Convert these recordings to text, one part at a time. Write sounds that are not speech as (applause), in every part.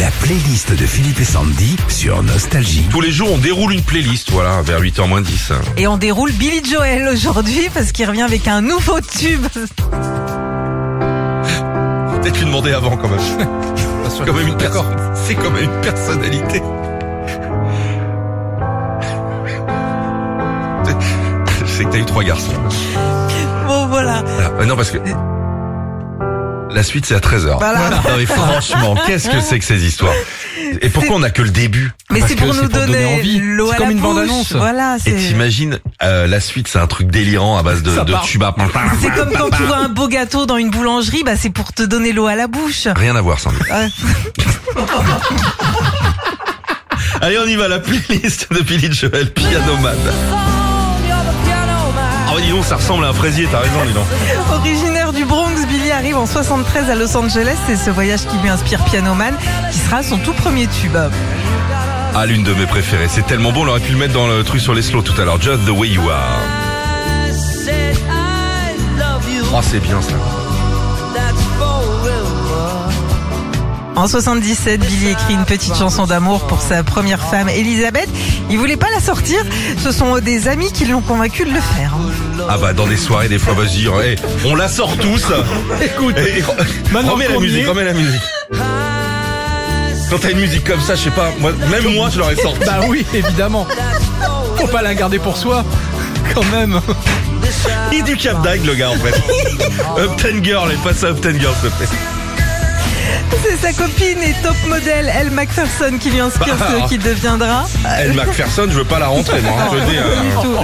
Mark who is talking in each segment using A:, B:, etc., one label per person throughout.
A: La playlist de Philippe et Sandy sur Nostalgie.
B: Tous les jours, on déroule une playlist, voilà, vers 8h moins 10. hein.
C: Et on déroule Billy Joel aujourd'hui parce qu'il revient avec un nouveau tube. (laughs)
B: Peut-être lui demander avant, (laughs) quand même. C'est quand même une, perso- c'est quand même une personnalité. Je sais que t'as eu trois garçons.
C: Bon voilà.
B: Voilà. Euh, Non, parce que... La suite, c'est à 13h.
C: Voilà.
B: Non, mais franchement, qu'est-ce que c'est que ces histoires Et pourquoi on a que le début
C: Mais
D: Parce
C: c'est pour
D: que
C: nous
D: c'est pour donner
C: donner,
D: envie.
C: l'eau
D: C'est
C: à
D: comme
C: la
D: une
C: bouche.
D: bande-annonce.
C: Voilà,
B: Et
C: c'est.
B: t'imagines, euh, la suite, c'est un truc délirant à base de,
D: Ça
B: de
D: part.
B: tuba.
C: C'est comme quand tu vois un beau gâteau dans une boulangerie, bah c'est pour te donner l'eau à la bouche.
B: Rien à voir, sans doute. (laughs)
C: Ouais.
B: Allez, on y va, la playlist de Billy Joel, Piano Man. Ah oui, dis donc, ça ressemble à un fraisier, t'as raison, dis donc.
C: Originaire du Bronx, Billy arrive en 73 à Los Angeles. C'est ce voyage qui lui inspire Piano Man, qui sera son tout premier tube.
B: Ah, l'une de mes préférées. C'est tellement bon, on aurait pu le mettre dans le truc sur les slows tout à l'heure. Just the way you are. Oh, c'est bien ça.
C: En 77, Billy écrit une petite chanson d'amour pour sa première femme, Elisabeth. Il voulait pas la sortir. Ce sont des amis qui l'ont convaincu de le faire.
B: Ah bah, dans des soirées, des fois, vas-y, hey, on la sort
C: (laughs)
B: tous.
D: Écoute,
B: Et- et-
D: Manon
B: remets la
D: Cournier.
B: musique, remets la musique. Quand t'as une musique comme ça, je sais pas, moi, même moi, je l'aurais sorti.
D: bah oui, évidemment. Faut pas la garder pour soi, quand même.
B: Et du Cap d'Agde, le gars, en
C: (laughs)
B: fait. Upton Girl, et passe à Upton Girl, s'il te plaît.
C: C'est sa copine et top modèle, Elle Macpherson, qui lui inspire ce qu'il deviendra.
B: Elle, McPherson, je veux pas la rentrer, moi. hein, je veux dire, euh,
C: Du tout.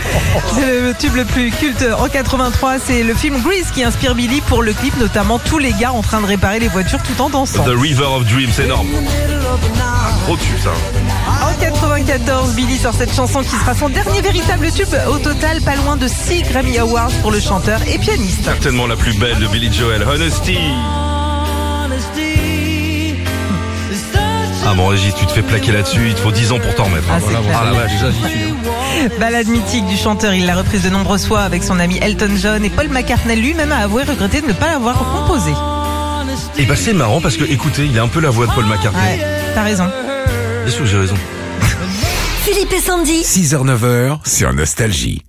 C: C'est le tube le plus culte en 83. C'est le film Grease qui inspire Billy pour le clip, notamment tous les gars en train de réparer les voitures tout en dansant.
B: The River of Dreams, c'est énorme. Ah, gros tube, ça.
C: En 94, Billy sort cette chanson qui sera son dernier véritable tube. Au total, pas loin de 6 Grammy Awards pour le chanteur et pianiste.
B: Certainement la plus belle de Billy Joel, Honesty. Ah mon Régis, tu te fais plaquer là-dessus, il te faut 10 ans pour t'en remettre.
C: Ah, c'est Voilà, clair.
B: Ah, la vache.
D: déjà, j'y suis.
C: Balade mythique du chanteur, il l'a reprise de nombreuses fois avec son ami Elton John et Paul McCartney lui-même a avoué regretter de ne pas l'avoir composé.
B: Et bah c'est marrant parce que écoutez, il a un peu la voix de Paul McCartney.
C: Ah, Ouais, t'as raison.
B: Bien sûr que j'ai raison.
E: Philippe et Sandy.
A: 6h-9h sur Nostalgie.